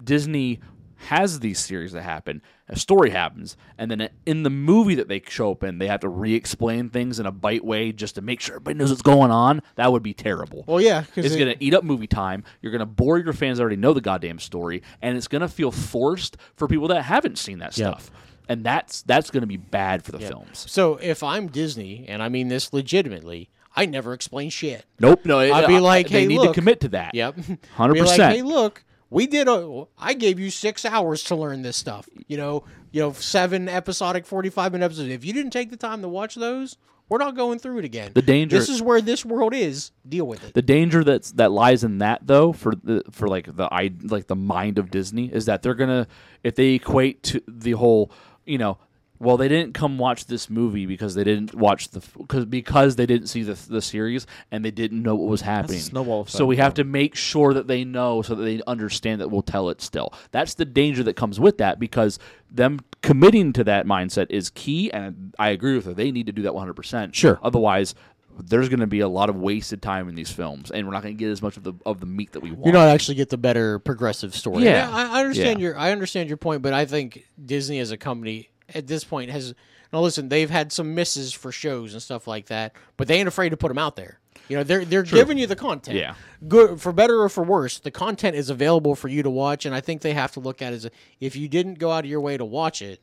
C: Disney has these series that happen, a story happens, and then in the movie that they show up in, they have to re-explain things in a bite way just to make sure everybody knows what's going on. That would be terrible
B: Well, yeah,
C: it's
B: because
C: going to eat up movie time. You're going to bore your fans that already know the goddamn story, and it's going to feel forced for people that haven't seen that stuff. And that's that's going to be bad for the films.
B: so if I'm Disney, and I mean this legitimately, I never explain shit.
C: Nope, no. it- uh,
B: I'd be
C: I-
B: like,
C: they
B: "Hey,
C: need to
B: look."
C: commit to that.
B: Yep.
C: hundred
B: Be like, Hey,
C: percent.
B: look, we did. A, I gave you six hours to learn this stuff. You know, you know, seven episodic, forty-five minute episodes. If you didn't take the time to watch those, we're not going through it again.
C: The danger-
B: This is where this world is. Deal with it.
C: The danger that's that lies in that though for the for like the I like the mind of Disney is that they're gonna if they equate to the whole you know well, they didn't come watch this movie because they didn't watch the because because they didn't see the the series and they didn't know what was happening.
A: snowball
C: So
A: effect,
C: we have to make sure that they know so that they understand that we'll tell it still. That's the danger that comes with that because them committing to that mindset is key and I agree with her. They need to do that 100%.
B: Sure.
C: Otherwise, there's going to be a lot of wasted time in these films and we're not going to get as much of the of the meat that we want.
B: you don't actually get the better progressive story.
C: Yeah.
B: I, I understand
C: Yeah.
B: your I understand your point, but I think Disney as a company at this point has now listen, they've had some misses for shows and stuff like that, but they ain't afraid to put them out there. You know, they're they're giving you the content.
C: Yeah.
B: Good for better or for worse, the content is available for you to watch, and I think they have to look at it as a, if you didn't go out of your way to watch it,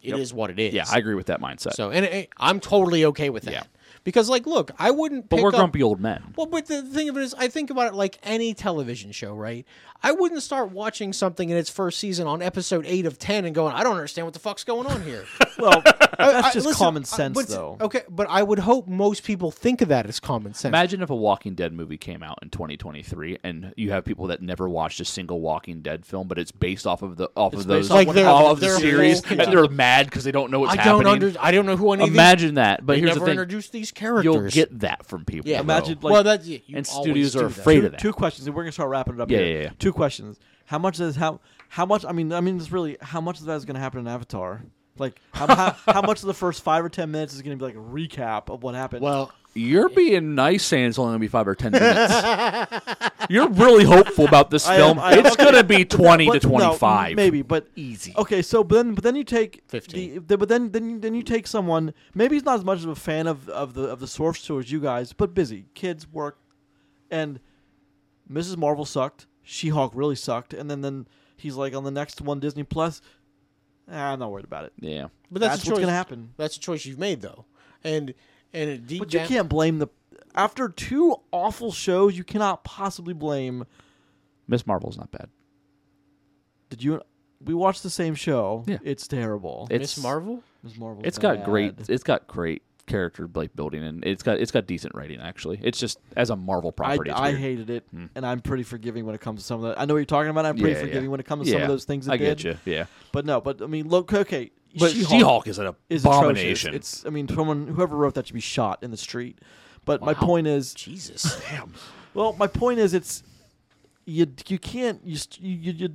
B: it is what it is.
C: yeah, I agree with that mindset.
B: so and it, I'm totally okay with that.
C: Yeah.
B: Because like look, I wouldn't
C: but
B: pick
C: we're
B: up,
C: grumpy old men.
B: well, but the thing of it is, I think about it like any television show, right? I wouldn't start watching something in its first season on episode eight of ten and going, "I don't understand what the fuck's going on here."
A: Well,
B: I-
A: that's just
B: listen,
A: common
B: I-
A: sense,
B: but-
A: though.
B: Okay, but I would hope most people think of that as common sense.
C: Imagine if a Walking Dead movie came out in 2023, and you have people that never watched a single Walking Dead film, but it's based off of the off of
A: based
C: those
A: off
B: Like one of
C: all
B: the-
C: of the
B: their
C: series,
B: whole
C: and they're mad because they don't know what's
B: I
C: happening.
B: don't under, I don't know who any of
C: Imagine that, but
B: these. They
C: here's
B: never
C: the thing:
B: introduced these characters.
C: you'll get that from people.
B: Yeah.
C: though.
A: Imagine, like,
B: well, that's you
C: and
B: always
C: studios are
B: do that.
C: afraid
A: two,
C: of that.
A: two questions, and we're gonna start wrapping it up.
C: Yeah,
A: here.
C: yeah, yeah.
A: Two questions. How much is how how much? I mean, I mean, it's really how much of that is gonna happen in Avatar? Like, how, how, how much of the first five or ten minutes is gonna be like a recap of what happened?
B: Well,
C: You're being nice, saying it's only gonna be five or ten minutes. You're really hopeful about this
A: I
C: film.
A: am- I am.
C: it's gonna be twenty
A: But-
C: to
A: no,
C: twenty-five,
A: maybe, but
C: easy.
A: Okay, so but then but then you take
B: 15.
A: The, the- but then then you, then you take someone maybe he's not as much of a fan of, of the of the source show as you guys, but busy kids work, and Mrs. Marvel sucked. She Hulk really sucked, and then then he's like on the next one Disney Plus. "Ah, I'm not worried about it.
C: Yeah.
B: but that's, a
A: what's
B: choice.
A: gonna happen.
B: That's a choice you've made, though, and and it deep
A: But
B: down-
A: you can't blame the after two awful shows. You cannot possibly blame.
C: Miss Marvel's not bad.
A: Did you? We watched the same show.
C: Yeah.
A: It's terrible.
C: It's
B: Miss Marvel.
A: Ms. Marvel's
C: It's got great.
A: bad.
C: It's got great character like building, and it's got it's got decent rating actually. It's just as a Marvel
A: I,
C: property. it's
A: I
C: weird.
A: hated it, and I'm pretty forgiving when it comes to some of that. I know what you're talking about. I'm pretty
C: Hmm. Yeah, yeah.
A: forgiving when it comes to some
C: Yeah,
A: of those things. It
C: I
A: did,
C: get you. Yeah,
A: But no, but I mean, look, okay.
C: but
A: She-Hulk
C: She-Hulk is an
A: is
C: abomination.
A: atrocious. It's, I mean, someone whoever wrote that should be shot in the street. But my point is,
B: Jesus,
A: well, my point is, it's you. You can't. You. st- You. you, you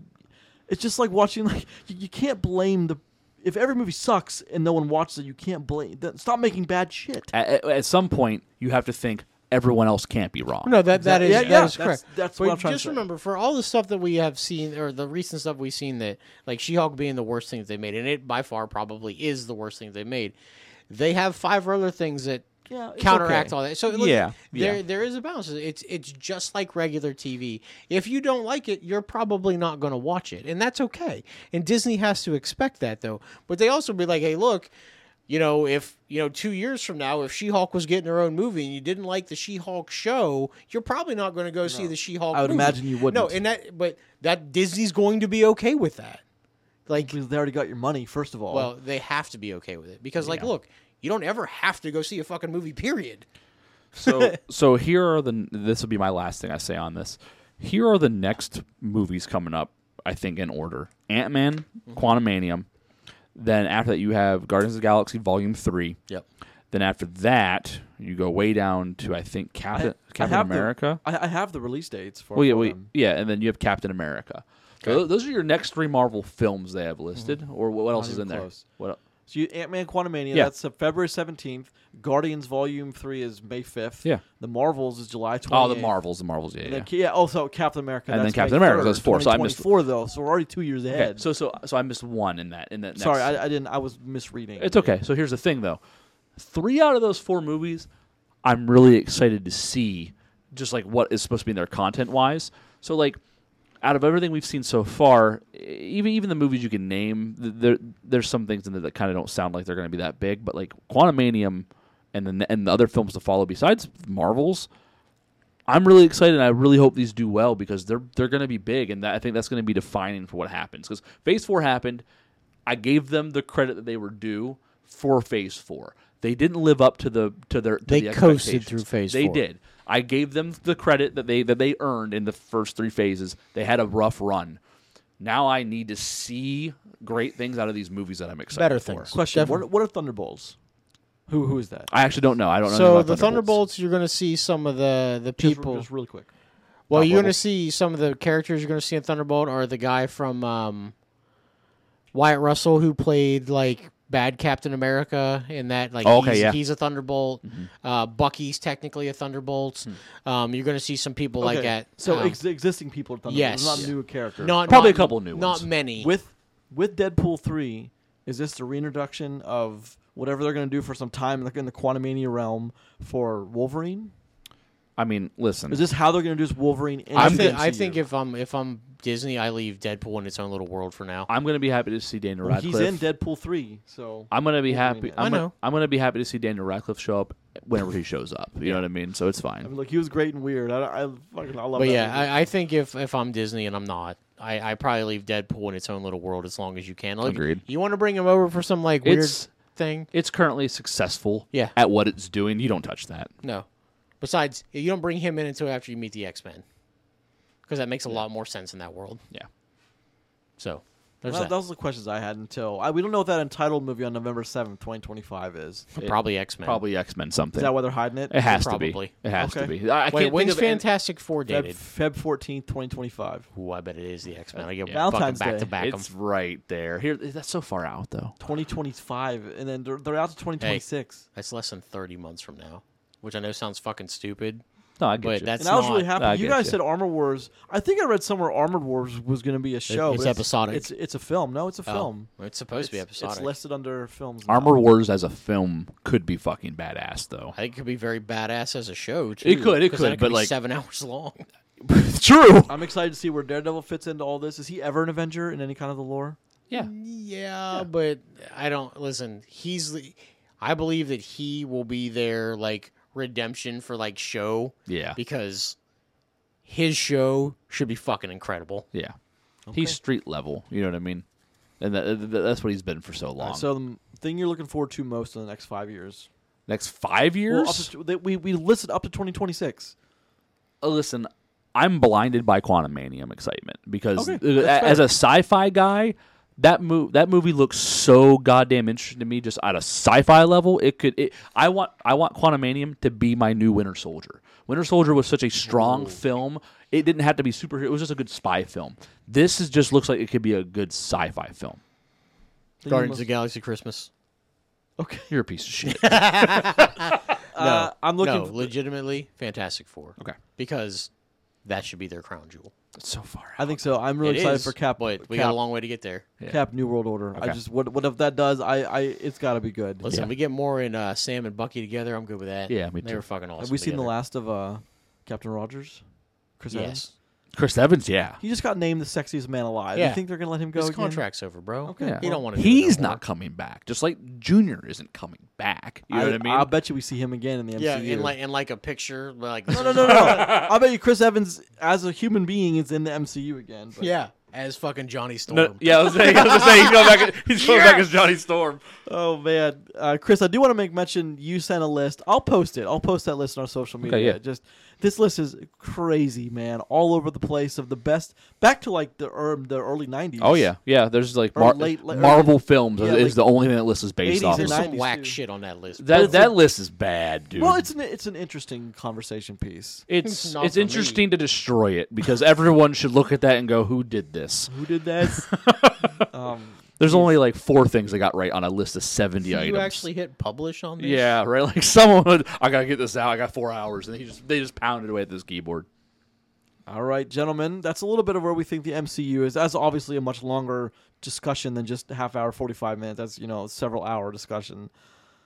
A: it's just like watching. Like you, you can't blame the. If every movie sucks and no one watches it, you can't blame. Then stop making bad shit.
C: at, at- at some point, you have to think everyone else can't be wrong.
B: No, that that
A: Exactly.
B: is
A: Yeah,
B: that
A: yeah,
B: is
A: that's-
B: correct.
A: that's
B: But
A: what I'm trying to
B: just
A: say.
B: remember for all the stuff that we have seen or the recent stuff we've seen that like She-Hulk being the worst thing that they made, and it by far probably is the worst thing they made. They have five other things that
A: Yeah, it's
B: counteract
A: okay.
B: all that. So look,
C: Yeah,
B: there
C: yeah.
B: there is a balance. It's it's just like regular TV. If you don't like it, you're probably not going to watch it, and that's okay. And Disney has to expect that though. But they also be like, hey, look. You know, if you know, two years from now, if She-Hulk was getting her own movie and you didn't like the She-Hulk show, you're probably not going to go see the She-Hulk.
A: I would
B: movie.
A: imagine you wouldn't.
B: No, and that, but that Disney's going to be okay with that. Like,
A: Because they already got your money. First of all,
B: well, they have to be okay with it because, like, look, you don't ever have to go see a fucking movie. Period.
C: So so here are the this will be my last thing I say on this. Here are the next movies coming up, I think in order. Ant-Man,
A: Mm-hmm.
C: Quantumanium, then after that you have Guardians of the Galaxy Volume 3.
B: Yep.
C: Then after that, you go way down to I think Captain Captain
A: have the-
C: America.
A: I, I have the release dates for.
C: well, yeah,
A: all
C: wait,
A: them.
C: yeah, and then you have Captain America. So tho- those are your next three Marvel films they have listed, or what, what else is
A: Mm-hmm. even
C: in there?
A: close.
C: What? el-
A: So you Ant Man Quantumania,
C: Yeah.
A: that's uh, February seventeenth. Guardians Volume Three is May fifth.
C: Yeah.
A: The Marvels is July twenty.
C: Oh, the Marvels, the Marvels, yeah, yeah.
A: Then, yeah. Also Captain America.
C: And then
A: that's
C: Captain
A: May
C: America,
A: 3rd,
C: that's four, so I missed-
A: 2024, though, so we're already two years
C: Okay,
A: ahead.
C: So so so I missed one in that in that. Next
A: sorry, I, I didn't. I was misreading.
C: It's okay. So here's the thing, though. Three out of those four movies, I'm really excited to see just like what is supposed to be in there content wise. So like, out of everything we've seen so far, e- even even the movies you can name, th- there there's some things in there that kind of don't sound like they're going to be that big. But like Quantumanium, and then and the other films to follow besides Marvels. I'm really excited. and I really hope these do well because they're they're going to be big, and that, I think that's going to be defining for what happens. Because Phase Four happened, I gave them the credit that they were due for Phase Four. They didn't live up to the to their. To
B: They
C: the
B: coasted
C: expectations.
B: through Phase
C: They
B: Four.
C: did. I gave them the credit that they that they earned in the first three phases. They had a rough run. now I need to see great things out of these movies that I'm excited
B: Better
C: for.
B: things.
A: Question:
B: Definitely.
A: What, what are Thunderbolts? Who who is that?
C: I actually don't know. I don't know. anything
B: So
C: about
B: the
C: Thunderbolts.
B: Thunderbolts, you're going to see some of the the
A: Just-
B: people.
A: just, really quick.
B: well,
C: top
B: you're going
C: level.
B: to see some of the characters you're going to see in Thunderbolt are the guy from um, Wyatt Russell who played like bad Captain America in that. Like,
C: Oh, okay,
B: he's,
C: yeah. Mm-hmm.
B: he's a Thunderbolt. Uh, Bucky's technically a Thunderbolt.
C: Hmm.
B: Um, you're going to see some people like
A: Okay,
B: that.
A: So
B: um,
A: ex- existing people are Thunderbolts,
B: yes.
A: not
B: Yeah.
A: new characters.
B: not,
C: Probably a
B: not-
C: couple new
B: Not
C: ones.
B: many.
A: with with Deadpool three, is this the reintroduction of whatever they're going to do for some time like in the Quantumania realm for Wolverine?
C: I mean, listen.
A: Is this how they're going to do this Wolverine? In
B: I
A: the
B: think, I
A: MCU?
B: think if I'm if I'm Disney, I leave Deadpool in its own little world for now.
C: I'm going to be happy to see Daniel
A: Well,
C: Radcliffe.
A: he's in Deadpool three, so
C: I'm gonna be
A: Wolverine
C: happy.
A: is.
C: I'm
B: I
C: gonna,
B: know.
C: I'm gonna be happy to see Daniel Radcliffe show up whenever he shows up. You know what I mean? So it's fine.
A: I mean, look, he was great and weird. I, I fucking I love. that
B: But yeah,
A: movie.
B: I, I think if if I'm Disney and I'm not, I, I probably leave Deadpool in its own little world as long as you can. Like,
C: Agreed.
B: You want to bring him over for some like weird
C: It's-
B: thing?
C: It's currently successful.
B: Yeah.
C: At what it's doing, you don't touch that.
B: No. Besides, you don't bring him in until after you meet the X Men, because that makes a lot more sense in that world.
C: Yeah.
B: So there's
A: Well,
B: that.
A: those are the questions I had until I, we don't know what that entitled movie on November seventh, twenty twenty five is. Is
B: probably X Men.
C: Probably X Men something.
A: that why they're hiding it?
C: it has
B: Probably.
C: to be. It has
A: Okay.
C: to be. I, I
B: Wait,
C: can't
B: when's
C: think of any-
B: Fantastic Four
A: Feb,
B: dated?
A: Feb fourteenth, twenty twenty five.
B: Ooh, I bet it is the X Men. I get fucking
A: Valentine's
B: back to
A: Day.
B: back 'em.
C: It's right there. Here, that's so far out though.
A: 2025, and then they're, they're out to 2026.
B: That's less than thirty months from now, which I know sounds fucking stupid.
C: No, I get
B: But
C: you.
B: that's-
A: And I was
B: not-
A: really happy.
C: I
A: you
C: get
A: guys
C: you.
A: said Armor Wars. I think I read somewhere Armored Wars was going to be a show.
B: it's
A: but
B: episodic.
A: It's it's a film. No, it's a
B: Oh,
A: film.
B: it's supposed to be
A: It's-
B: episodic.
A: It's listed under films. now.
C: Armor Wars as a film could be fucking badass though.
B: I think it could be very badass as a show too.
C: It could, it
B: 'cause then
C: could,
B: could
C: but,
B: be
C: like-
B: seven hours long.
C: True.
A: I'm excited to see where Daredevil fits into all this. Is he ever an Avenger in any kind of the lore?
C: Yeah.
B: Yeah, but I don't listen. He's, the- I believe that he will be their like redemption for like show
C: Yeah.
B: because his show should be fucking incredible.
C: Yeah. He's street level. You know what I mean? And that, that- that's what he's been for so
B: Um,
C: long.
A: So the thing you're looking forward to most in the next five years?
C: Next five years.
A: Well, up to, they- we we listed up to 2026.
C: Uh, listen, I'm blinded by Quantum Manium excitement because
A: Okay,
C: uh,
A: that's
C: a- as a sci-fi guy, that move that movie looks so goddamn interesting to me. Just at a sci-fi level, it could. It, I want I want Quantum Manium to be my new Winter Soldier. Winter Soldier was such a strong film. It didn't have to be superhero. It was just a good spy film. This is just looks like it could be a good sci-fi film.
A: Then you
B: Guardians
A: must-
B: of the Galaxy Christmas.
A: Okay.
C: You're a piece of shit.
A: Uh, I'm looking.
B: no, legitimately Fantastic Four.
C: Okay.
B: because that should be their crown jewel.
C: It's so far.
A: I
C: Out.
A: think so. I'm really
B: It
A: excited
B: is,
A: for Cap.
B: but we
A: Cap,
B: got a long way to get there.
C: Yeah.
A: Cap New World Order. I
C: Okay.
A: just what what if that does? I I it's got to be good.
B: Listen, we get more in uh, Sam and Bucky together. I'm good with that.
C: Yeah, me
B: they
C: too.
B: were fucking awesome.
A: Have we seen the
B: together.
A: last of uh, Captain Rogers? Chris Evans?
B: Yes,
C: Chris Evans. Yeah.
A: He just got named the sexiest man alive. You
B: Yeah.
A: think they're gonna let him go
B: his
A: again?
B: contract's over, bro.
A: Okay.
C: Yeah.
B: He don't want to.
C: He's not coming back. Just like Junior isn't coming back. You know what I mean?
A: I'll bet you we see him again in the MCU.
B: Yeah, in like in like a picture, like
A: no, no, no, no. I bet you Chris Evans, as a human being, is in the MCU again. But
B: yeah, as fucking Johnny Storm.
A: Um,
C: No, yeah, I was saying, I was just saying he's going back. He's going back as Johnny Storm.
A: Oh man, uh, Chris, I do want to make mention. You sent a list. I'll post it. I'll post that list on our social media.
C: yeah.
A: Just this list is crazy, man. All over the place of the best. Back to like the er, the early '90s.
C: Oh yeah, yeah. There's like
A: Or
C: Mar-
A: late- late-
C: Marvel films
A: yeah,
C: is
A: like
C: the only thing that list is based
A: 80s and
C: off.
B: There's
C: of.
A: 90s.
B: some whack
A: too.
B: shit on that list.
C: That
B: but
C: that list is bad, dude.
A: Well, it's an it's an interesting conversation piece.
C: it's
B: not
C: it's
B: for me.
C: interesting to destroy it because everyone should look at that and go, "Who did this?"
A: Who did that? um,
C: There's only like four things I got right on a list of seventy
B: you
C: items.
B: actually hit publish on this?
C: yeah, right. Like someone, would, I gotta get this out. I got four hours, and he just they just pounded away at this keyboard.
A: All right, gentlemen, that's a little bit of where we think the MCU is. That's obviously a much longer discussion than just a half hour, 45 minutes. That's, you know, a several hour discussion.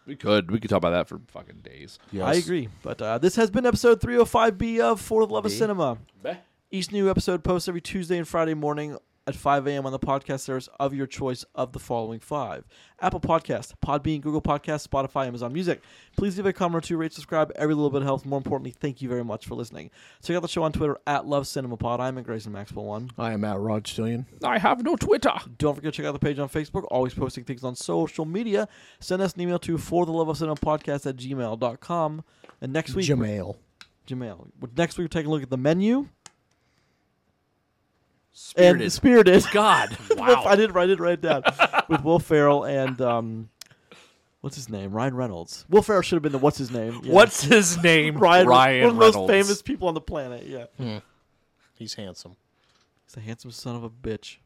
C: We could we could talk about that for fucking days.
A: I agree. But uh, this has been episode 305B of For the Love of Cinema.
C: Beh.
A: Each new episode posts every Tuesday and Friday morning at 5 a.m. on the podcast service of your choice of the following five Apple Podcasts, Podbean, Google Podcasts, Spotify, Amazon Music. Please leave a comment or two, rate, subscribe. Every little bit helps. More importantly, thank you very much for listening. Check out the show on Twitter at Love Cinema Pod. I'm at Grayson Maxwell 1.
B: I am at Rod Stillion.
C: I have no Twitter.
A: Don't forget to check out the page on Facebook, always posting things on social media. Send us an email to for the love of cinema podcast at gmail.com. And next week,
B: Jamail.
A: Gmail. Next week, we're taking a look at the menu.
C: Spirited.
A: and Spirited.
C: God, wow.
A: I did. I did write it down with Will Ferrell and um, what's his name? Ryan Reynolds. Will Ferrell should have been the what's his name? yeah.
C: What's his name?
A: Ryan?
C: Ryan
A: one of the
C: Reynolds. Hmm.
A: most famous people on the planet. Yeah,
B: He's handsome.
A: he's a handsome son of a bitch.